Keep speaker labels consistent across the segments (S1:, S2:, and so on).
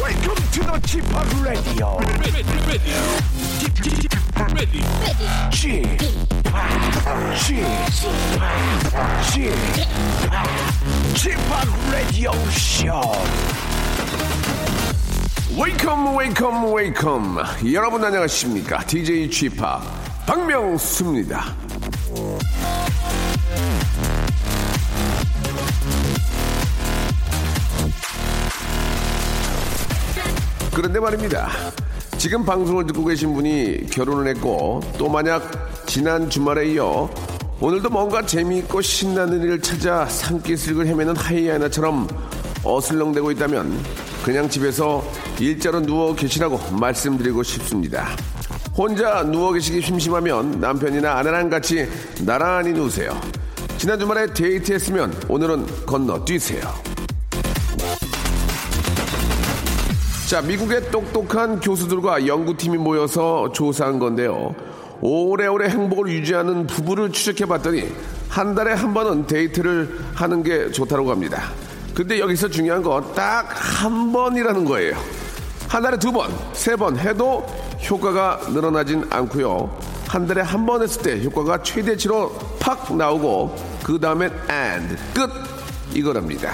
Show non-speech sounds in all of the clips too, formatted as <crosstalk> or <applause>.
S1: Welcome to the Chip Radio. Chip Chip Radio Show. Welcome, welcome, welcome. 여러분 안녕하십니까? DJ Chip 박명수입니다. 그런데 말입니다. 지금 방송을 듣고 계신 분이 결혼을 했고 또 만약 지난 주말에 이어 오늘도 뭔가 재미있고 신나는 일을 찾아 산기슭을 헤매는 하이아나처럼 어슬렁대고 있다면 그냥 집에서 일자로 누워 계시라고 말씀드리고 싶습니다. 혼자 누워 계시기 심심하면 남편이나 아내랑 같이 나란히 누우세요. 지난 주말에 데이트했으면 오늘은 건너뛰세요. 자, 미국의 똑똑한 교수들과 연구팀이 모여서 조사한 건데요. 오래오래 행복을 유지하는 부부를 추적해 봤더니 한 달에 한 번은 데이트를 하는 게 좋다고 합니다. 근데 여기서 중요한 건 딱 한 번이라는 거예요. 한 달에 두 번, 세 번 해도 효과가 늘어나진 않고요. 한 달에 한 번 했을 때 효과가 최대치로 팍 나오고 그 다음엔 and 끝 이거랍니다.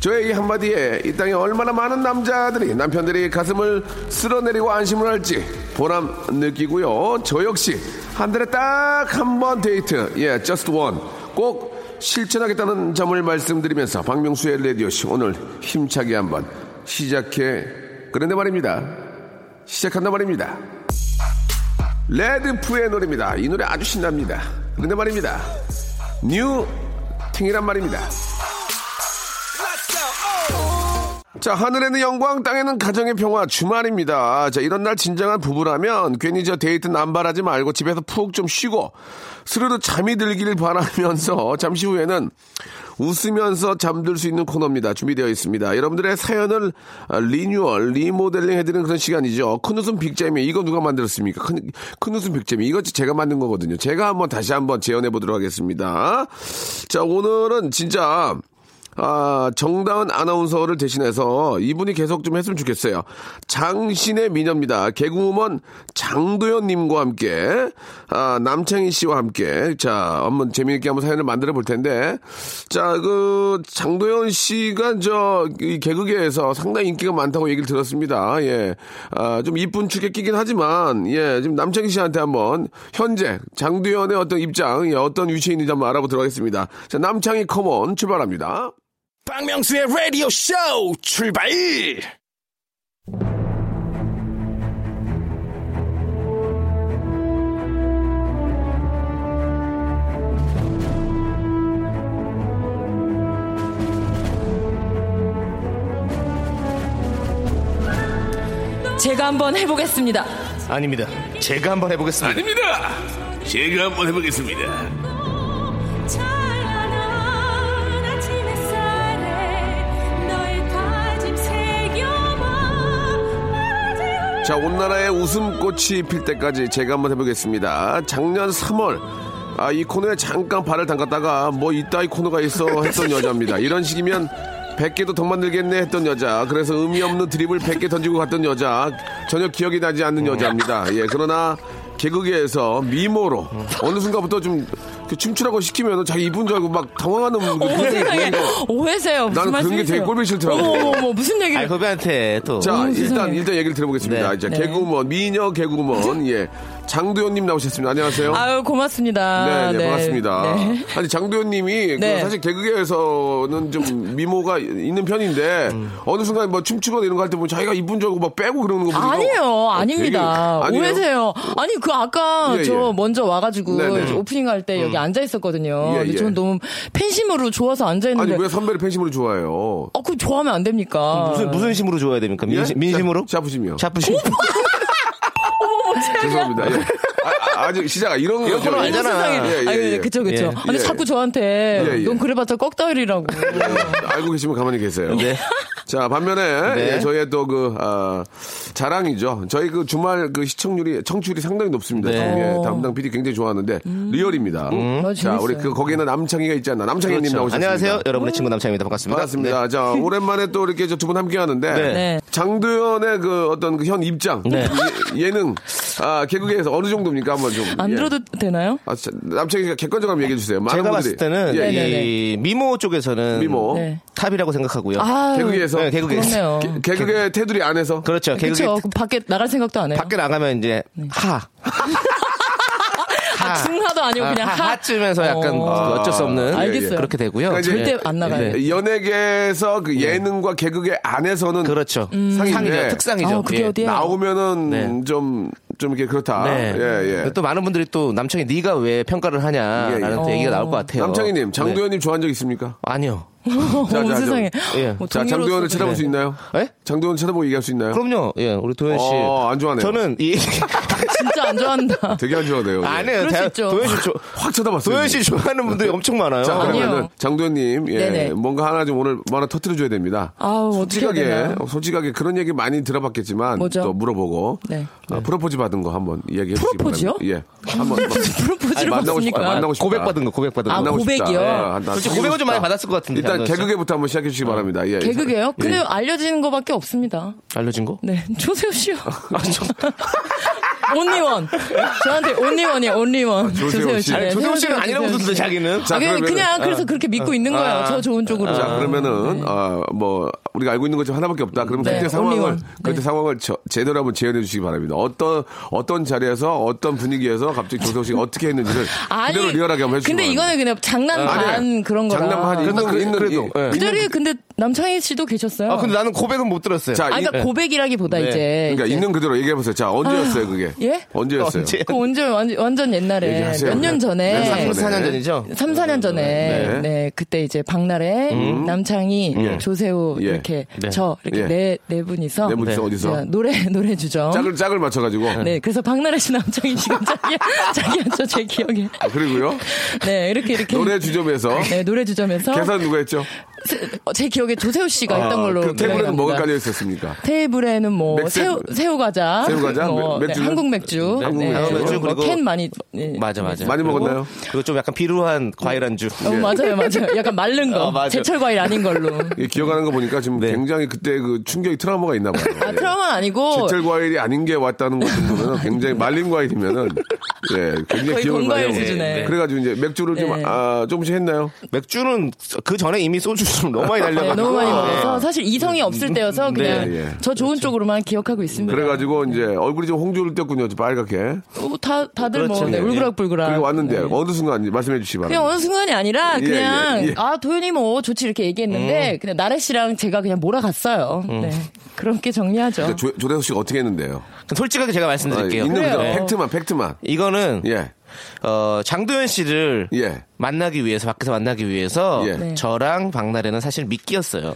S1: 저의 이 한마디에 이 땅에 얼마나 많은 남자들이 남편들이 가슴을 쓸어내리고 안심을 할지 보람 느끼고요. 저 역시 한 달에 딱 한 번 데이트, 예, just one. 꼭 실천하겠다는 점을 말씀드리면서 박명수의 레디오씨 오늘 힘차게 한번 시작해. 그런데 말입니다. 시작한단 말입니다. 레드푸의 노래입니다. 이 노래 아주 신납니다. 그런데 말입니다. 뉴 팅이란 말입니다. 자, 하늘에는 영광, 땅에는 가정의 평화, 주말입니다. 자, 이런 날 진정한 부부라면 괜히 저 데이트 남발하지 말고 집에서 푹 좀 쉬고 스르르 잠이 들기를 바라면서 <laughs> 잠시 후에는 웃으면서 잠들 수 있는 코너입니다. 준비되어 있습니다. 여러분들의 사연을 아, 리뉴얼, 리모델링 해드리는 그런 시간이죠. 큰웃음 빅잼이 이거 누가 만들었습니까? 큰, 큰웃음 빅잼이 이거 제가 만든 거거든요. 제가 한번 다시 한번 재현해 보도록 하겠습니다. 자, 오늘은 진짜 아, 정다은 아나운서를 대신해서 이분이 계속 좀 했으면 좋겠어요. 장신의 미녀입니다. 개그우먼 장도연님과 함께, 아, 남창희 씨와 함께, 자, 한번 재미있게 한번 사연을 만들어 볼 텐데, 자, 그, 장도연 씨가 저, 이 개그계에서 상당히 인기가 많다고 얘기를 들었습니다. 예. 아, 좀 이쁜 축에 끼긴 하지만, 예, 지금 남창희 씨한테 한번, 현재, 장도연의 어떤 입장, 예, 어떤 위치에 있는지 한번 알아보도록 하겠습니다. 자, 남창희 컴온 출발합니다. 박명수의 라디오 쇼 출발!
S2: 제가 한번 해보겠습니다.
S3: 아닙니다. 제가 한번 해보겠습니다.
S1: 아닙니다. 제가 한번 해보겠습니다. 자, 온 나라의 웃음꽃이 필 때까지 제가 한번 해보겠습니다. 작년 3월, 아, 이 코너에 잠깐 발을 담갔다가 뭐 이따위 코너가 있어 했던 여자입니다. 이런 식이면 100개도 더 만들겠네 했던 여자. 그래서 의미 없는 드립을 100개 던지고 갔던 여자. 전혀 기억이 나지 않는 여자입니다. 예, 그러나 개그계에서 미모로 어느 순간부터 좀그 춤추라고 시키면 자기 이쁜 줄 알고 막 당황하는 분들이
S2: 어머
S1: 굉장히
S2: 세상에
S1: 보이고.
S2: 오해세요.
S1: 나는
S2: 무슨
S1: 그런 게
S2: 말씀이세요?
S1: 되게 꼴보기 싫더라고요.
S2: 어머 어머 어머, 무슨
S3: 아니,
S2: 얘기를?
S3: 후배한테 또.
S2: 오,
S3: 자,
S2: 음.
S3: 이-
S2: 세상에.
S1: 일단 일단 얘기를 들어보겠습니다.
S3: 네.
S1: 이제
S2: 네.
S1: 개그우먼 미녀 개그우먼 예 장도연님 나오셨습니다. 안녕하세요.
S2: 아유 고맙습니다.
S1: 네, 네, 반갑습니다.
S2: 네.
S1: 아니 장도연님이
S2: 네.
S1: 그 사실 개그계에서는 좀 미모가 있는 편인데 어느 순간 뭐 춤추거나 이런 거 할 때 보면 자기가 이쁜 줄 알고 막 빼고 그러는 거 보니까
S2: 아니에요,
S1: 어,
S2: 아닙니다.
S1: 되게- 아니에요?
S2: 오해세요. 아니 그 아까
S1: 예, 예.
S2: 저 먼저 와가지고
S1: 네네. 음.
S2: 오프닝 할 때 여기 앉아 있었거든요.
S1: 예, 예.
S2: 근데 저는 너무 팬심으로 좋아서 앉아
S1: 아니
S2: 있는데.
S1: 왜 선배를 팬심으로 좋아해요?
S2: 어, 그 좋아하면 안 됩니까?
S3: 무슨 무슨 심으로 좋아야 됩니까?
S1: 예?
S3: 민심, 민심으로?
S1: 샤- 샤프심이요.
S3: 샤프심.
S1: 죄송합니다. 예. 아, 아, 아직 시작 이런 거
S3: 거는
S1: 저기-
S3: 알잖아.
S2: 어, 세상에.
S1: 예, 예,
S2: 아유,
S1: 예.
S2: 그쵸, 그쵸.
S3: 예.
S2: 아, 근데
S1: 예,
S2: 자꾸
S1: 예.
S2: 저한테
S1: 예, 예.
S2: 넌 그래봤자 꺽다일이라고.
S1: 네, 알고 계시면 가만히 계세요.
S3: 네.
S1: 자 반면에
S3: 네.
S1: 예, 저희의 또그 아, 자랑이죠. 저희 그 주말 그 시청률이 청취율이 상당히 높습니다.
S3: 네.
S1: 저희, 예, 담당 PD 굉장히 좋아하는데 리얼입니다.
S2: 아,
S1: 자
S2: 음. 재밌어요.
S1: 우리 그 거기는 남창희가 있지 않나? 남창희님
S3: 그렇죠.
S1: 나오셨습니다.
S3: 안녕하세요, 여러분의 친구 남창입니다. 반갑습니다. <laughs>
S1: 반갑습니다. 자 오랜만에 또 이렇게 두 분 함께 하는데
S3: 네.
S2: 네.
S1: 장도연의 그 어떤 그 현 입장
S3: 네.
S1: 예, 예능 아 개그계에서 어느 정도입니까? 한번 좀
S2: 안
S1: 예.
S2: 들어도 되나요?
S1: 아, 자, 남창희가 객관적으로 한번 얘기해 주세요. 많은
S3: 제가
S1: 분들이-
S3: 봤을 때는
S1: 예, 예.
S3: 이 미모 쪽에서는
S1: 미모
S2: 네.
S3: 탑이라고 생각하고요.
S2: 아,
S1: 개그계에서
S3: 네, 개그계.
S2: 그렇네요.
S1: 개- 개그계 테두리 안에서
S3: 그렇죠. 개그계
S2: 그쵸. 그 밖에 나갈 생각도 안 해요.
S3: 밖에 나가면 이제
S2: <laughs>
S3: 하.
S2: 아, 중하도 아니고 그냥 하.
S3: 하쯤에서 약간
S2: 어.
S3: 그 어쩔 수 없는
S2: 알겠어요.
S3: 그렇게 되고요.
S1: 그러니까 이제-
S2: 절대 안 나가요.
S3: 네.
S1: 연예계에서 그 예능과 개그계 안에서는
S3: 그렇죠.
S1: 상인데
S3: 상이죠. 특상이죠.
S2: 아, 그게
S3: 예.
S2: 음. 어디예요?
S1: 나오면은
S3: 네.
S1: 좀, 좀 이렇게 그렇다.
S3: 네.
S1: 예, 예.
S3: 또 많은 분들이 또 남창이 네가 왜 평가를
S1: 예, 예.
S3: 하냐라는 또 얘기가
S2: 어.
S3: 나올 것 같아요.
S1: 남창희님,
S3: 네.
S1: 장도연님 좋아한 적 있습니까?
S3: 아니요.
S1: 자, 자,
S2: 어, 세상에.
S1: 자,
S3: 예.
S2: 뭐
S1: 자, 장도연을
S2: 동료로서
S1: 찾아볼
S2: 그래.
S1: 수 있나요?
S3: 예?
S1: 장도연 찾아보고 얘기할 수 있나요?
S3: 그럼요. 예, 우리 도현 씨.
S1: 어, 안 좋아하네요.
S3: 저는
S1: <laughs>
S3: 이
S2: 진짜 안 좋아한다.
S1: 되게 안 좋아하네요. 예.
S3: 아니에요.
S2: 그럴 수
S3: 대-
S2: 있죠.
S3: 도현 씨
S1: <laughs>
S3: 좋아.
S1: 확 쳐다봤어요.
S3: 도현 씨 좋아하는 분들이 엄청 많아요.
S1: 자,
S2: 아니요.
S1: 그러면은 장도연님, 예,
S2: 네네.
S1: 뭔가 하나 좀 오늘 뭐 하나 터뜨려줘야 됩니다.
S2: 아우, 어떻게 해야
S1: 솔직하게,
S2: 되나.
S1: 솔직하게 그런 얘기 많이 들어봤겠지만
S2: 뭐죠?
S1: 또 물어보고
S2: 네.
S1: 어, 프로포즈 받은 거 한번 얘기해 주시기
S2: 프로포즈요?
S1: 바랍니다. 예, 한번 아니,
S2: 프로포즈를
S1: 만나고 싶다,
S2: 받습니까?
S1: 만나고 싶다.
S3: 고백받은 거, 고백받은 거.
S2: 아,
S1: 만나고 싶다.
S2: 고백이요?
S1: 예, 아, 나
S3: 솔직히
S1: 사귀고
S3: 고백을 좀 많이
S1: 싶다.
S3: 받았을 것 같은데.
S1: 일단
S3: 안 그랬어요?
S1: 개그계부터 한번 시작해
S3: 아.
S1: 주시기 바랍니다. 예.
S2: 개그게요?
S1: 예.
S2: 근데 알려지는 거밖에 없습니다.
S3: 알려진 거?
S2: 네, <laughs> 조세호 씨요.
S1: 아,
S2: <laughs> 온리원. 저한테 온리원이에요, 온리원.
S1: 조세호 씨. 아니,
S2: 네,
S3: 조세호
S2: 씨가
S3: 씨는 아니라고
S2: 조세호
S3: 듣는데
S2: 씨.
S3: 자기는.
S1: 자,
S2: 아, 그냥,
S1: 그러면은- 어. 아.
S2: 그냥 그래서 그렇게 믿고 있는 거예요. 저 좋은 쪽으로.
S1: 자, 그러면은 아, 뭐 우리가 알고 있는 것 중 하나밖에 없다. 그러면
S2: 네,
S1: 그때 상황을
S2: 올리원.
S1: 그때
S2: 네.
S1: 상황을 저- 제대로 한번 재현해 주시기 바랍니다. 어떤 어떤 자리에서 어떤 분위기에서 갑자기 조세호 씨가 어떻게 했는지를 그대로 리얼하게 한번 해주시기
S2: 아, 근데 이거는 그냥 장난
S1: 바랍니다.
S2: 반
S1: 아니, 네.
S2: 그런 거라.
S1: 장난 반 있는 그, 있는
S3: 그래도,
S1: 이-
S3: 예.
S2: 그 자리에 근데 남창희 씨도 계셨어요.
S3: 아, 근데 나는 고백은 못 들었어요.
S1: 자,
S2: 아,
S1: 이-
S2: 그러니까 고백이라기보다
S3: 네.
S2: 이제.
S1: 그러니까
S2: 이제.
S1: 있는 그대로 얘기해 보세요. 자, 언제였어요, 그게?
S2: 예?
S1: 언제였어요?
S3: 언제?
S2: 그 완전, 완전, 완전 옛날에.
S1: 얘기하세요.
S2: 몇 년
S1: 네,
S2: 전에.
S3: 34년 전이죠?
S2: 3, 4년 전에
S1: 네.
S2: 네. 그때 이제 박나래, 남창희,
S1: 예.
S2: 조세호
S1: 예.
S2: 이렇게
S3: 네.
S2: 저 이렇게
S1: 예.
S2: 네, 네 분이서
S1: 네 분이서 어디서?
S2: 제가 노래 노래 주죠.
S1: 짝을 짝을 맞춰 가지고.
S2: 네, 그래서 박나래 씨, 남창희 씨가
S1: <laughs>
S2: 자기 자기였죠 제 기억에.
S1: 아, 그리고요.
S2: 네, 이렇게 이렇게
S1: 노래 주점에서
S2: 네, 노래 주점에서
S1: 계산 누가 했죠?
S2: 세- 어, 제 기억에 조세호 씨가 했던 걸로
S1: 그 테이블에는
S2: 기억이
S1: 뭐가
S2: 납니다.
S1: 깔려 있었습니까?
S2: 테이블에는 뭐
S1: 맥주-
S2: 새우 새우 과자, 뭐, 네,
S1: 새우 과자? 맥- 맥주는? 음,
S2: 한국 맥주,
S1: 한국 맥주.
S3: 맥주,
S2: 뭐
S3: 그리고-
S2: 캔 많이 네.
S3: 맞아, 맞아.
S1: 많이 먹었나요? 네.
S3: 그리고 좀 약간 비루한 과일 안주.
S2: 어, 맞아요, 맞아요. 약간 마른 거.
S3: 어, 맞아요.
S2: 제철 과일 아닌
S1: <laughs>
S2: 걸로.
S1: 예, 기억하는 거 보니까 지금 굉장히 그때 그 충격이 트라우마가 있나 봐요.
S2: 네. 아, 트라우마 아니고
S1: 제철 과일이 아닌 게 왔다는 것 정도면 굉장히 말린 과일이면은 예, 굉장히
S2: 거의
S1: 기억을 많이
S2: 건과일
S1: 하고
S2: 수준에.
S1: 있어요. 그래가지고 이제 맥주를 좀
S2: 네.
S1: 아, 조금씩 했나요?
S3: 맥주는 그 전에 이미 소주 좀 너무 많이
S2: 네,
S3: 날려가지고.
S2: 너무 많이
S3: 아,
S2: 먹어서 사실 이성이 없을 때여서 그냥
S1: 음, 네, 예.
S2: 저 좋은 쪽으로만 기억하고 있습니다.
S1: 그래가지고 이제 얼굴이 좀 홍조를 떴군요, 좀 빨갛게.
S2: 어, 다 다들
S3: 그렇죠.
S2: 뭐 네,
S3: 예.
S2: 울그락불그락.
S1: 그리고 왔는데
S2: 네.
S1: 어느 순간 말씀해 주시기
S2: 그냥
S1: 바랍니다.
S2: 어느 순간이 아니라
S1: 예,
S2: 그냥
S1: 예, 음. 예.
S2: 아 도현이 뭐 좋지 이렇게 얘기했는데 그냥 나래 씨랑 제가 그냥 몰아갔어요. 네. 그렇게 정리하죠.
S1: 음. 조, 조대석 씨가 어떻게 했는데요?
S3: 그럼 솔직하게 제가
S1: 아,
S3: 말씀드릴게요. 네.
S1: 있는 그대로
S2: 그래요. 네.
S1: 팩트만 팩트만.
S3: 이거는
S1: 예.
S3: 어, 장도연 씨를
S1: 예.
S3: 만나기 위해서 밖에서 만나기 위해서
S1: 예. 네.
S3: 저랑 박나래는 사실 미끼였어요.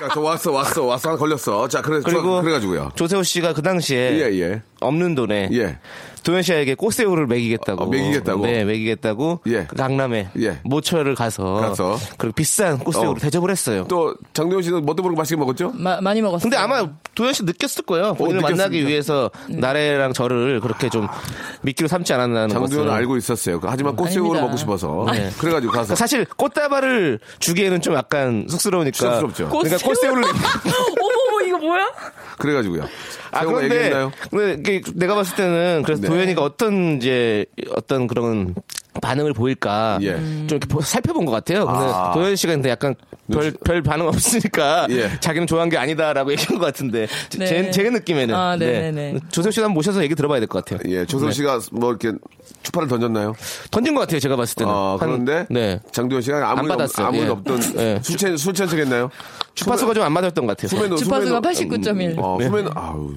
S1: 자, 저 왔어 왔어 왔어 하나 걸렸어. 자, 그래
S3: 그리고
S1: 저, 그래가지고요.
S3: 조세호 씨가 그 당시에
S1: 예, 예.
S3: 없는 돈에
S1: 예.
S3: 도현 씨에게 꽃새우를 먹이겠다고
S1: 어, 먹이겠다고?
S3: 네 먹이겠다고
S1: 예.
S3: 그 강남에
S1: 예.
S3: 모처를 가서
S1: 가서.
S3: 그리고 비싼 꽃새우를
S1: 어.
S3: 대접을 했어요.
S1: 또 장도현 씨는 뭣도 모르고 맛있게 먹었죠?
S2: 마- 많이 먹었어요.
S3: 근데 아마 도현 씨 느꼈을 거예요. 본인을
S1: 어, 느꼈습니다. 네.
S3: 만나기 위해서 나래랑 저를 그렇게 좀 미끼로 삼지 않았나 하는 것을.
S1: 장도연은 알고 있었어요. 하지만 꽃새우를
S2: 아닙니다.
S1: 먹고 싶어서 그래가지고
S3: 그러니까
S1: 가서
S3: 사실 꽃다발을 주기에는 좀 약간 쑥스러우니까.
S1: 쑥스럽죠.
S3: 그러니까 <laughs> 꽃새우를.
S2: 어머 머 이거 뭐야?
S1: 그래가지고요.
S3: 아
S1: 새우가 네.
S3: 그런데
S1: 얘기했나요?
S3: 근데 이게 내가 봤을 때는 그래서 도현이가 어떤 이제 어떤 그런 반응을 보일까
S1: 예.
S3: 좀 이렇게 보- 살펴본 것 같아요. 근데
S1: 아.
S3: 도현 씨가 근데 약간 별, 별 반응 없으니까
S1: 예.
S3: 자기는 좋아한 게 아니다라고 <laughs> 얘기한 것 같은데 제-
S2: 네.
S3: 제, 제 느낌에는
S2: 아, 네네네.
S3: 조세호 씨도 한번 모셔서 얘기 들어봐야 될 것 같아요.
S1: 예, 조선
S3: 네.
S1: 씨가 뭐 이렇게 추파를 던졌나요?
S3: 던진 것 같아요. 제가 봤을 때는
S1: 아,
S3: 한-
S1: 그런데
S3: 네.
S1: 장도현 씨가 아무
S3: 안
S1: 일 없,
S3: 받았어요.
S1: 아무 일
S3: 예.
S1: 없던
S3: 예.
S1: 술첸 술첸 척했나요?
S3: 주파수가 좀 안 맞았던 것 같아요.
S1: 후배는
S2: 주파수가 89.1.
S1: 어,
S3: 네.
S1: 후배는 아우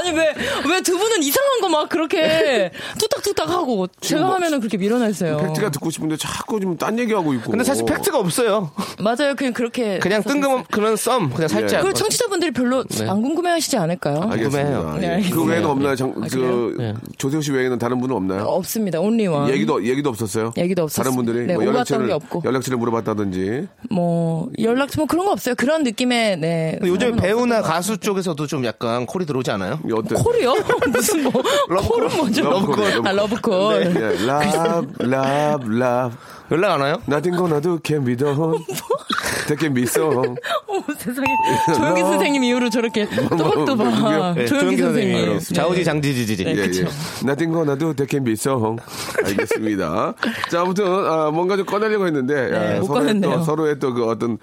S2: 아니 왜 왜 두 분은 이상한 거 막
S1: <laughs>
S2: 그렇게 뚝딱뚝딱 하고 제가
S1: 뭐
S2: 하면은 그렇게 밀어내세요.
S1: 팩트가 듣고 싶은데 자꾸 지금 딴 얘기하고 있고.
S3: 근데 사실 팩트가 없어요.
S2: 맞아요. 그냥 그렇게
S3: 그냥 뜬금없 그런 썸 그냥
S1: 예.
S3: 살짝.
S2: 그걸 청취자분들이 별로
S1: 네.
S2: 안 궁금해하시지 않을까요?
S3: 궁금해요.
S1: 알겠습니다.
S2: 네,
S1: 예.
S2: 알겠습니다.
S1: 그 외에는 없나요? 장,
S2: 아,
S1: 그
S2: 그래요? 어,
S1: 조세호 씨 외에는 다른 분은 없나요?
S2: 없습니다. 온리원.
S1: 아, 얘기도 얘기도 없었어요.
S2: 얘기도 없었어요.
S1: 다른 분들이
S2: 네,
S1: 뭐
S2: 오갔던
S1: 연락처를
S2: 게 없고.
S1: 연락처를 물어봤다든지.
S2: 뭐 연락 뭐 그런 거 없어요. 그런 느낌의 네.
S3: 근데 요즘 배우나 가수 쪽에서도 좀 약간 콜이 들어오지 않아요?
S1: 이게 어때?
S2: 콜이요? <laughs> 무슨 뭐 콜은 뭐죠?
S1: 러브콜, 러브콜.
S2: 아 러브콜.
S1: 예, love, love, love.
S3: 연락 안 와요?
S1: Nothing gonna do can be
S2: <laughs> 뭐?
S1: done. That can be sung.
S2: <laughs> 어 세상에 조용기
S1: 너-
S2: 선생님 이후로 저렇게
S1: 뭐, 누구요?
S2: 또박또박
S3: 네,
S2: 음, 조용기 선생님. 네.
S3: 선생님. 자우지 장지지지.
S1: 예, 예. Nothing gonna do that can be sung. 알겠습니다. 자, 아무튼, 아, 뭔가 좀 꺼내려고 했는데, 야, 서로의
S2: 못 꺼냈네요.
S1: 또, 서로의 또 그 어떤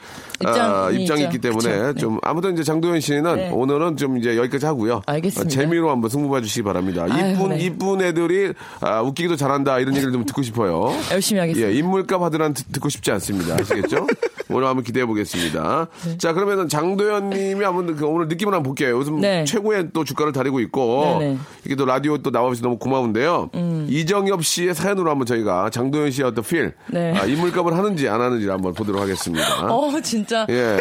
S1: 아,
S2: 입장이
S1: 입장이 있기
S2: 있죠.
S1: 때문에
S2: 그쵸, 네.
S1: 좀, 아무튼 이제 장도연 씨는
S2: 네.
S1: 오늘은 좀 이제 여기까지 하고요.
S2: 알겠습니다.
S1: 어, 재미로 한번 승부 봐주시기 바랍니다.
S2: 아유,
S1: 이쁜,
S2: 네.
S1: 이쁜 애들이 아, 웃기기도 잘한다 이런 얘기를 좀 듣고
S2: <laughs>
S1: 싶어요.
S2: 열심히 하겠습니다.
S1: 예, 인물값 하드란 듣- 듣고 싶지 않습니다.
S2: <laughs>
S1: 아시겠죠? 오늘 한번 기대해 보겠습니다.
S2: 네.
S1: 자, 그러면은 장도연 님이 한번 그 오늘 느낌을 한번 볼게요. 요즘
S2: 네.
S1: 최고의 또 주가를 다리고 있고,
S2: 네네. 음.
S1: 이게 또 라디오 또 나와주셔서 너무 고마운데요. 이정엽 씨의 사연으로 한번 저희가 장도연 씨의 어떤 필,
S2: 네.
S1: 아, 인물값을 하는지 안 하는지 를 한번 보도록 하겠습니다.
S2: 어 진짜
S1: 예.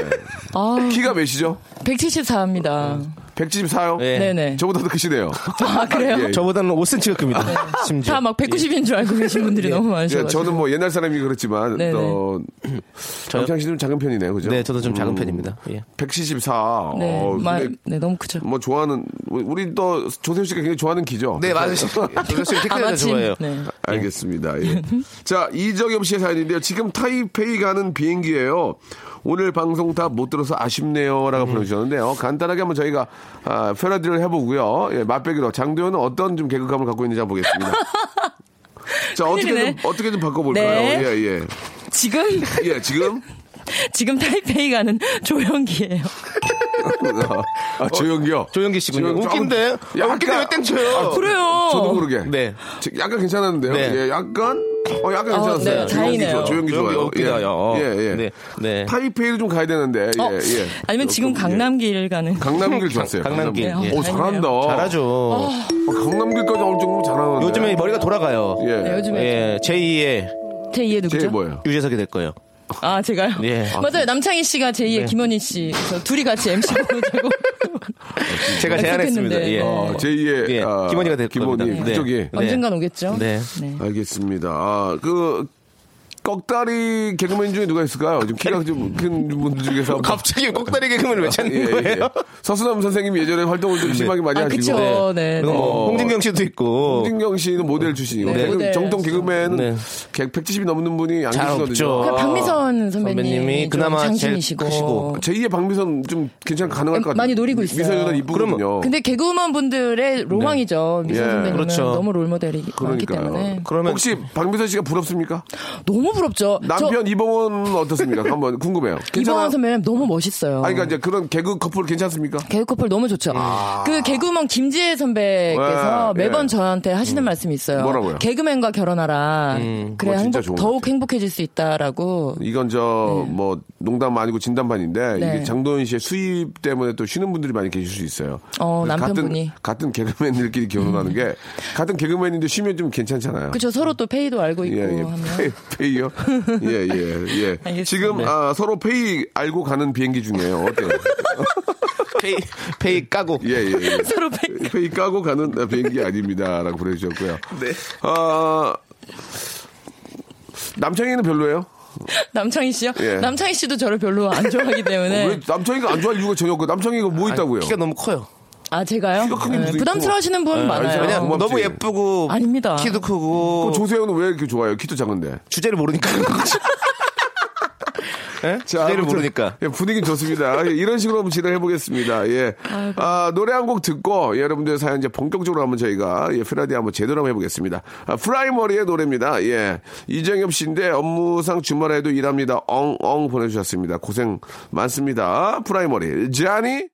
S2: 아
S1: 키가 몇이죠?
S2: 174입니다.
S1: 174요?
S3: 예.
S2: 네네.
S1: 저보다도 크시네요.
S2: <laughs> 아 그래요?
S1: 예.
S3: 저보다는 5cm가 큽니다. 심지어.
S2: 네. 다 막 190인 줄 알고 계신 분들이 너무
S1: 예,
S2: 많으셔서
S1: 저는 뭐 옛날 사람이 그렇지만,
S2: 네네.
S1: 어, 정창 씨는 좀 작은 편이네요, 그죠?
S3: 네, 저도 좀 작은
S1: 음,
S3: 편입니다. 예.
S1: 174.
S2: 네,
S1: 어,
S2: 마-
S1: 근데
S2: 네 너무 크죠.
S1: 뭐 좋아하는 우리- 우리 또 조세호 씨가 굉장히 좋아하는 기죠.
S3: 네, 맞으시죠. 이것을 테크니까
S2: 아마침
S3: 좋아해요.
S2: 네.
S1: 알겠습니다.
S2: <laughs>
S1: 예. 자 이정엽 씨의 사연인데요. 지금 타이페이 가는 비행기예요. 오늘 방송 다 못 들어서 아쉽네요라고
S3: 음.
S1: 보내주셨는데요. 간단하게 한번 저희가 아, 패러디를 해보고요. 예, 맛보기로 장도연은 어떤 좀 개그감을 갖고 있는지 한번
S2: <laughs>
S1: 보겠습니다. 자 어떻게 좀
S2: 큰일이네.
S1: 어떻게 좀 바꿔볼까요?
S2: 네.
S1: 예 예.
S2: 지금
S1: 예 지금
S2: 지금 타이페이 가는 조영기예요.
S1: 아, 조영기요.
S3: 조영기 씨군요.
S1: 조영-
S3: 웃긴데? 야,
S1: 약간-
S3: 웃긴데 왜 땡쳐요?
S1: 아,
S2: 그래요.
S1: 저도 모르게.
S3: 네.
S1: 지- 약간 괜찮았는데요.
S3: 네. 아,
S1: 예, 약간 어 약간
S2: 어,
S1: 괜찮았어요.
S2: 네, 다행이네요.
S1: 좋아, 조용기 좋아요.
S3: 조용히 웃기다,
S1: 예.
S3: 야. 어.
S1: 예, 예.
S3: 네, 네.
S1: 타이페이를 좀 가야 되는데. 예,
S2: 어,
S1: 예.
S2: 아니면 지금
S1: 조금, 예.
S2: 강남길 가는
S1: 강남길 좋았어요.
S3: 강남길. 네,
S1: 강남길.
S2: 예.
S1: 오 잘한다.
S3: 잘하죠.
S1: 어, 강남길까지 올 정도면 잘하는데.
S3: 요즘에 머리가 돌아가요.
S1: 어. 예.
S2: 네, 요즘에
S3: 예, 제2의
S2: 제2의
S1: 제일
S2: 누구죠?
S1: 뭐예요? 네.
S3: 유재석이 될 거예요.
S2: 아 제가요? <laughs>
S3: 예.
S2: 맞아요. 남창희 씨가 제2의 김원희 씨 그래서 둘이 같이 MC
S1: <laughs>
S2: 보자고
S3: 제가 제안했습니다.
S2: 약속했는데.
S3: 예.
S1: 어, 제2의
S3: 예,
S1: 아,
S3: 김원희가 될
S1: 김원희
S3: 겁니다. 네.
S1: 그쪽이
S3: 네.
S2: 언젠간 오겠죠.
S3: 네.
S1: 알겠습니다. 아, 그 꺽다리 개그맨 중에 누가 있을까요? 좀 키가 좀 큰 분들 중에서
S3: 갑자기 꼭다리 개그맨을 왜 찾는 거예요? 네.
S1: 서수남 선생님이 예전에 활동을 좀 심하게 많이
S2: 아
S1: 하시고
S2: 그쵸.
S3: 그리고
S2: 네. 네.
S3: 뭐
S1: 어.
S3: 홍진경 씨도 있고.
S1: 홍진경 씨는 모델 출신이고
S2: 네,
S1: 개그-
S2: 모델.
S1: 정통 개그맨은
S3: 네.
S1: 170이 넘는 분이 안
S3: 잘
S1: 계시거든요.
S3: 없죠.
S2: 그냥 박미선 선배님이,
S3: 선배님이 그나마 제일
S2: 장신이시고.
S3: 크시고.
S1: 제2의 박미선 좀 괜찮 가능할 것 같아요.
S2: 그 많이 노리고 있어요.
S1: 미선 여자 이쁘거든요.
S2: 근데 개그우먼 분들의 로망이죠.
S1: 네.
S2: 미선
S1: 예.
S2: 선배님은
S3: 그렇죠.
S2: 너무 롤모델이 많기 때문에 네.
S1: 그러니까요.
S3: 그러면-
S1: 혹시 박미선 씨가 부럽습니까?
S2: 너무 부럽죠.
S1: 남편 이봉원은 어떻습니까? 한번 궁금해요.
S2: 저 이범헌
S1: 괜찮아요?
S2: 선배님 너무 멋있어요.
S1: 아, 그러니까 이제 그런 개그 커플 괜찮습니까?
S2: 개그 커플 너무 좋죠. 그 개그우먼 김지혜 선배께서
S1: 네,
S2: 매번
S1: 아. 예.
S2: 저한테 하시는 말씀이 있어요.
S1: 뭐라고요? 음,
S2: 개그맨과 결혼하라. 그래야
S1: 그거 진짜
S2: 행복-
S1: 좋은 것
S2: 더욱 행복해질 수 있다라고.
S1: 이건 저 뭐 농담 아니고 진담반인데
S2: 네.
S1: 이게 장도연 씨의 수입 때문에 또 쉬는 분들이 많이 계실 수 있어요.
S2: 어,
S1: 그래서
S2: 남편분이. 음.
S1: 같은, 같은 개그맨들끼리 결혼하는 게 같은 개그맨인데 쉬면 좀 괜찮잖아요.
S2: 그쵸 서로 또 페이도 알고 있고
S1: 예, 예.
S2: 하면.
S1: 페이, 페이요? 예, 예, 예.
S2: 알겠습니다. 네.
S1: 지금 아, 서로 페이 알고 가는 비행기 중이에요. 어때요? <laughs>
S3: 페이, 페이 까고.
S1: 예, 예, 예. <laughs>
S2: 서로 페이.
S1: 페이 까고 가는 비행기 아닙니다라고 보내주셨고요.
S3: 네.
S1: 아, 남창희는 별로예요?
S2: 남창희 씨요?
S1: 예. 어,
S2: 남창희 씨도 저를 별로 안 좋아하기
S1: 왜
S2: 때문에.
S1: 남창희가 안 좋아할 이유가 전혀 없고 남창희가 뭐 있다고요?
S3: 키가 너무 커요.
S2: 아, 제가요?
S1: 키가 큰 분도 있고. 예,
S2: 부담스러워 하시는 분 많아요.
S1: 알잖아요.
S3: 왜냐
S1: 고맙지.
S3: 너무 예쁘고
S2: 아닙니다.
S3: 키도 크고
S1: 어, 조세호는 왜 이렇게 좋아요? 키도 작은데.
S3: 주제를 모르니까 그런 거죠. 예? 주제를
S1: 아무튼,
S3: 모르니까.
S1: 예, 분위기 좋습니다. 예, 이런 식으로 한번 진행해 보겠습니다. 예. 아, 노래 한 곡 듣고 여러분들 사연 이제 본격적으로 한번 저희가 예, 프라디 한번 제대로 한번 해보겠습니다. 아, 프라이머리의 노래입니다. 예. 이정엽 씨인데 업무상 주말에도 일합니다. 엉엉 보내주셨습니다. 고생 많습니다. 프라이머리. 자니?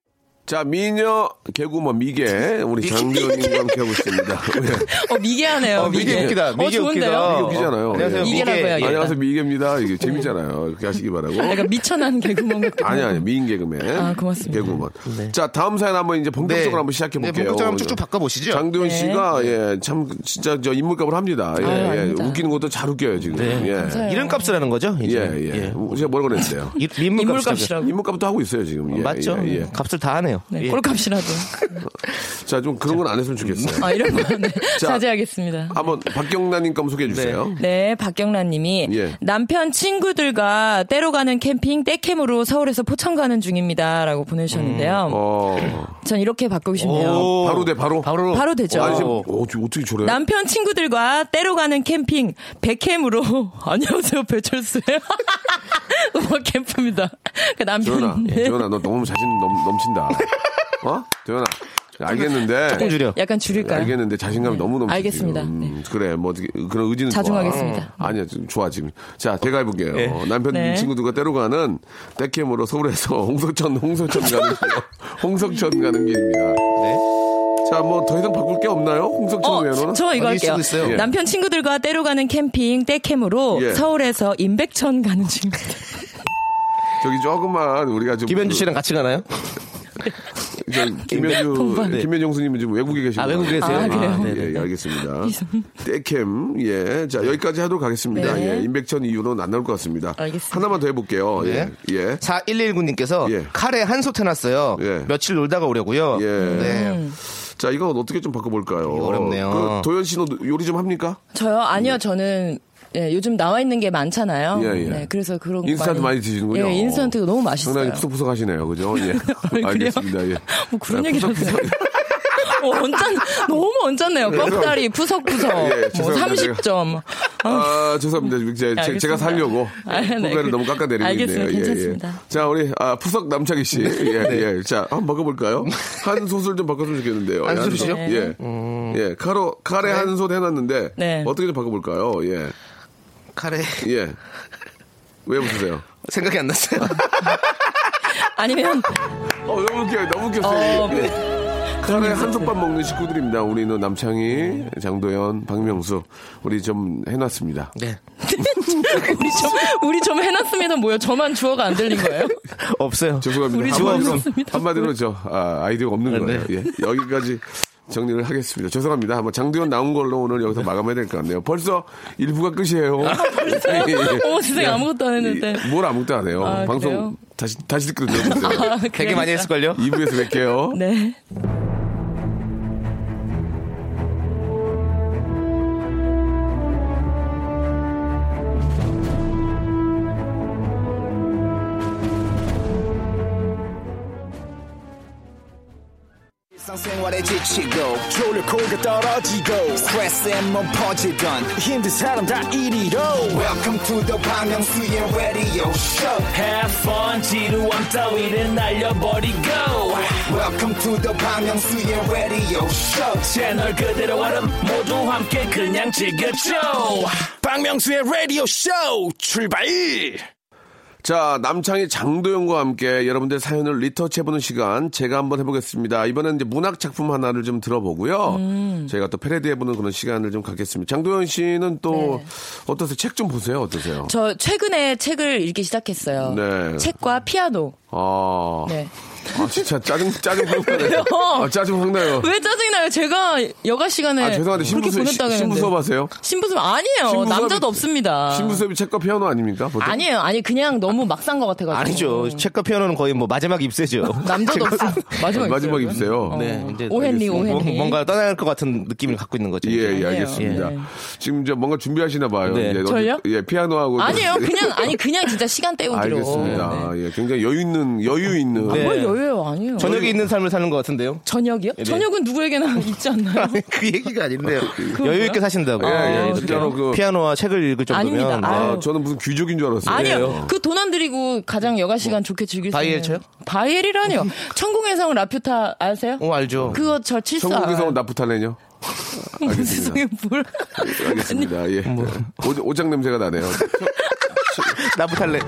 S1: 자, 미녀 개구먼 뭐 미개 우리 장기현님과 함께 하고
S3: <laughs>
S1: 있습니다. 예.
S2: 어, 미개하네요.
S3: 어, 미개 웃기다. 미개
S2: 어,
S3: 웃기다.
S2: 좋은데요?
S1: 미개 웃기잖아요.
S3: 안녕하세요.
S1: 예.
S2: 미개라고 해야
S3: 미개.
S2: 돼요.
S1: 안녕하세요 미개입니다. 이게 재밌잖아요. 이렇게 하시기
S2: <laughs>
S1: 바라고.
S2: 약간 미천한 개그맨 같은.
S1: 아니 아니 미인 개그맨.
S2: 아, 고맙습니다.
S1: 개그맨. 자 다음 사연 한번 이제 본격적으로
S3: 네.
S1: 한번 시작해 볼게요.
S3: 네, 본격적으로 한번 쭉쭉 바꿔보시죠.
S1: 장도현
S2: 네.
S1: 씨가 예 참 진짜 저 인물값을 합니다. 예,
S2: 아유,
S1: 예.
S2: 아닙니다.
S1: 웃기는 것도 잘 웃겨요 지금.
S3: 네.
S1: 예.
S3: 이름값이라는 거죠?
S1: 예,
S3: 이제.
S1: 예. 제가 뭐라고 그랬어요?
S3: 이- <laughs> 민물값이라고.
S2: 인물값이라고.
S1: 인물값도 하고 있어요 지금. 예,
S3: 맞죠?
S1: 예, 예.
S3: 값을 다 하네요.
S2: 네,
S3: 예.
S2: 꼴값이라도.
S3: 네.
S1: 자 좀 그런 건 안
S3: 음.
S1: 했으면 좋겠어요.
S2: 아, 이런 거 네.
S1: 자.
S2: 자제하겠습니다.
S1: <laughs> 한번 박경란님 감 소개해 주세요.
S2: 네, 박경란 님이
S1: 예.
S2: 남편 친구들과 떼로 가는 캠핑 떼캠으로 서울에서 포천 가는 중입니다. 라고 보내주셨는데요.
S1: 어
S2: 전 이렇게 바꾸고 싶네요.
S3: 오.
S1: 바로 돼 바로.
S3: 바로.
S2: 바로 되죠.
S1: 아니 지금
S3: 오.
S1: 어, 지금 어떻게 저래?
S2: 남편 친구들과 떼로 가는 캠핑 백캠으로 <laughs> 안녕하세요 배철수예요. <laughs> 음악 캠프입니다. 그
S1: 도현아,
S2: 남편 네.
S1: 도현아 너 너무 자신 넘, 넘친다. 어? 도현아 알겠는데.
S3: 조금 줄여.
S2: 약간 줄일까요? 네.
S1: 알겠는데 자신감이 너무 넘치지.
S2: 그러니까. 알겠습니다.
S1: 지금. 음,
S2: 네.
S1: 그래 뭐 어떻게 그런 의지는
S2: 자중하겠습니다. 어.
S1: 좋아. 아니야 지금 좋아 지금. 자 제가 해볼게요. 남편
S2: 네.
S1: 친구들과 때로 가는 떼캠으로 서울에서 <laughs> 홍석천 홍석천 가는 길, 홍석천 가는 길입니다.
S3: 네.
S1: 자뭐 더 이상 바꿀 게 없나요? 홍석천 외로는
S2: 저 이거
S3: 어디
S2: 할게요.
S3: 쓰고 있어요?
S1: 예.
S2: 남편 친구들과 떼로 가는 캠핑 떼캠으로
S1: 예.
S2: 서울에서 임백천 가는 중입니다.
S1: 저기 조금만 우리가 좀
S3: 김현주 씨랑 같이 가나요?
S1: 그, 저 김현주
S3: 네.
S1: 김현주 형수님은 지금 외국에 계시고
S3: 아, 외국에 계세요?
S2: 아, 그래요?
S1: 예, 예,
S2: <laughs>
S1: 알겠습니다. 떼캠 예, 자 여기까지 하도록 하겠습니다.
S2: 네.
S1: 예, 임백천 이후로는 안 나올 것 같습니다.
S2: 알겠습니다.
S1: 하나만 더 해볼게요.
S3: 네.
S1: 예, 예.
S3: 4119님께서
S1: 예.
S3: 카레 한솥 해놨어요.
S1: 예.
S3: 며칠 놀다가 오려고요.
S1: 예.
S3: 네.
S1: 자, 이건 어떻게 좀 바꿔볼까요?
S3: 어렵네요.
S1: 그 도현 씨는 요리 좀 합니까?
S2: 저요? 아니요, 저는 예, 요즘 나와 있는 게 많잖아요.
S1: 네. 예, 예.
S2: 네, 그래서 그런 거
S1: 인스턴트 많이 드시는군요.
S2: 예, 인스턴트가 너무 맛있어요. 아,
S1: 상당히 푸석푸석 하시네요. 그죠? 예.
S2: <laughs> 그래요?
S1: 알겠습니다. 예.
S2: 뭐 그런
S1: 아,
S2: 얘기를
S1: 푸석푸석.
S2: 하세요. <laughs> 어, 언짢, 너무 언짢네요. 꺽다리, 푸석푸석,
S1: 예,
S2: 뭐
S1: 죄송합니다.
S2: 30점.
S1: 아, 죄송합니다. 제,
S2: 네, 알겠습니다.
S1: 제, 가 살려고.
S2: 아, 네,
S1: 후배를
S2: 그-
S1: 너무 깎아내리고
S2: 알겠습니다.
S1: 있네요. 예, 예.
S2: 괜찮습니다. 네.
S1: 자, 우리, 아, 푸석 남창희 씨. 예, 예. 자, 한번 바꿔볼까요? 한 솥을 좀 바꿨으면 좋겠는데요.
S3: 한
S1: 예, 솥.
S3: 솥이요?
S1: 예. 예. 카로, 카레 한 솥 해놨는데.
S2: 네.
S1: 어떻게 좀 바꿔볼까요? 예.
S3: 카레 <laughs>
S1: 예. 왜 웃으세요?
S3: 생각이 안
S1: <laughs>
S3: 났어요.
S2: 아니면,
S1: 어, 너무 웃겨요. 너무 웃겼어요.
S2: 어,
S1: 이게. 카레 한 솥밥 먹는 식구들입니다. 우리는 남창희, 장도연, 박명수. 우리 좀 해놨습니다.
S3: 네.
S2: 우리 좀, 우리 좀 해놨습니다. 뭐요? 저만 주어가 안 들린 거예요?
S3: 없어요.
S1: 죄송합니다.
S2: 우리
S1: 한마디로,
S2: 좋아하셨습니다.
S1: 한마디로 저 아, 아이디어가 없는
S3: 네,
S1: 거예요. 예, 여기까지 정리를 하겠습니다. 죄송합니다. 한번 장도연 나온 걸로 오늘 여기서 마감해야 될 것 같네요. 벌써 1부가 끝이에요.
S2: 아,
S1: 예, 예.
S2: 어머, 세상에 아무것도 안 했는데.
S1: 이- 뭘 아무것도 안 해요.
S2: 네. 아,
S1: 방송
S2: 그래요?
S1: 다시 다시 듣기로 들어보세요.
S2: 아,
S3: 되게 많이
S2: 그래야겠다.
S3: 했을걸요?
S1: 2부에서 뵐게요.
S2: <laughs> 네.
S4: 일상생활에 지치고, 졸려 코가 떨어지고, 스트레스에 몸 퍼지던, 힘든 사람 다 이리로. welcome to the Bang Myung-soo's radio show
S5: Have fun 지루한 따위를 날려버리고
S4: welcome to the Bang Myung-soo's radio show
S5: 채널 그대로 얼음 모두 함께 그냥 즐겨줘 박명수의 라디오 쇼 출발
S1: 자, 남창희 장도연과 함께 여러분들 사연을 리터치해보는 시간 제가 한번 해보겠습니다. 이번엔 이제 문학 작품 하나를 좀 들어보고요.
S2: 음.
S1: 저희가 또 패러디해보는 그런 시간을 좀 갖겠습니다. 장도연 씨는 또 어떠세요? 책 좀 보세요. 어떠세요?
S2: 네. 저 최근에 책을 읽기 시작했어요.
S1: 네.
S2: 책과 피아노.
S1: 아,
S2: 네.
S1: 아 진짜 짜증 짜증 확 나요.
S2: 왜요?
S1: 아, 짜증 확 나요.
S2: 왜 짜증나요? 제가 여가 시간에
S1: 아 죄송한데
S2: 그렇게
S1: 신부수
S2: 보냈다고 했는데.
S1: 신부수업 하세요?
S2: 신부수 아니에요.
S1: 신부수업이-
S2: 남자도 없습니다.
S1: 신부수업이 책과 피아노 아닙니까? 보통?
S2: 아니에요. 아니 그냥 너무 막상 것 같아가지고.
S3: 아니죠. 책과 피아노는 거의 뭐 마지막 입세죠.
S2: 어. <laughs> 남자도 없어. 마지막
S1: <laughs> 마지막
S2: 어.
S1: 입세요.
S3: <laughs> 네. 이제
S2: 오헨리,
S3: 알겠습니다. 뭐,
S2: 오헨리.
S3: 뭔가 떠날 것 같은 느낌을 갖고 있는 거죠. 이제.
S1: 예, 예,
S2: 아니에요.
S1: 알겠습니다. 지금 저 뭔가 준비하시나 봐요.
S3: 네.
S1: 이제 어디-
S2: 저요?
S1: 예, 피아노하고
S2: 아니에요. 그냥 아니 그냥 진짜 시간 때우기로. 네,
S1: 알겠습니다. 예, 굉장히 여유 있는 여유 있는
S3: 네.
S2: 뭘 여유예요 아니에요.
S3: 저녁에 있는 삶을 사는 것
S2: <laughs>
S3: 같은데요.
S2: 저녁이요?
S3: 네.
S2: 저녁은 누구에게나 <laughs> 있지 않나요?
S1: 네.
S3: 그 얘기가 아닌데요. 여유
S2: 그런가요?
S3: 있게 사신다고.
S1: 예, 예,
S3: 이렇게
S1: 진짜로 그-
S3: 피아노와 책을 읽을 정도면
S2: 아닙니다.
S3: 뭐
S2: 아유.
S1: 아, 저는 무슨 귀족인 줄 알았어요. 예. 뭐,
S2: 아니요. 그 돈 안 드리고 가장 여가 시간 좋게 즐길 수
S3: 바이엘
S2: 있는.
S3: 쳐요?
S1: <laughs>
S2: 바이엘이라뇨. 천공의 성 라퓨타 아세요?
S3: 어, 알죠.
S2: 그거 저 칠수
S1: 천국에서 나프탈레뇨?
S2: <laughs>
S1: 알겠습니다.
S2: 무슨 뭘?
S1: 알겠습니다. 예.
S2: 뭐.
S1: 오, 장 냄새가 나네요.
S3: 나부탈레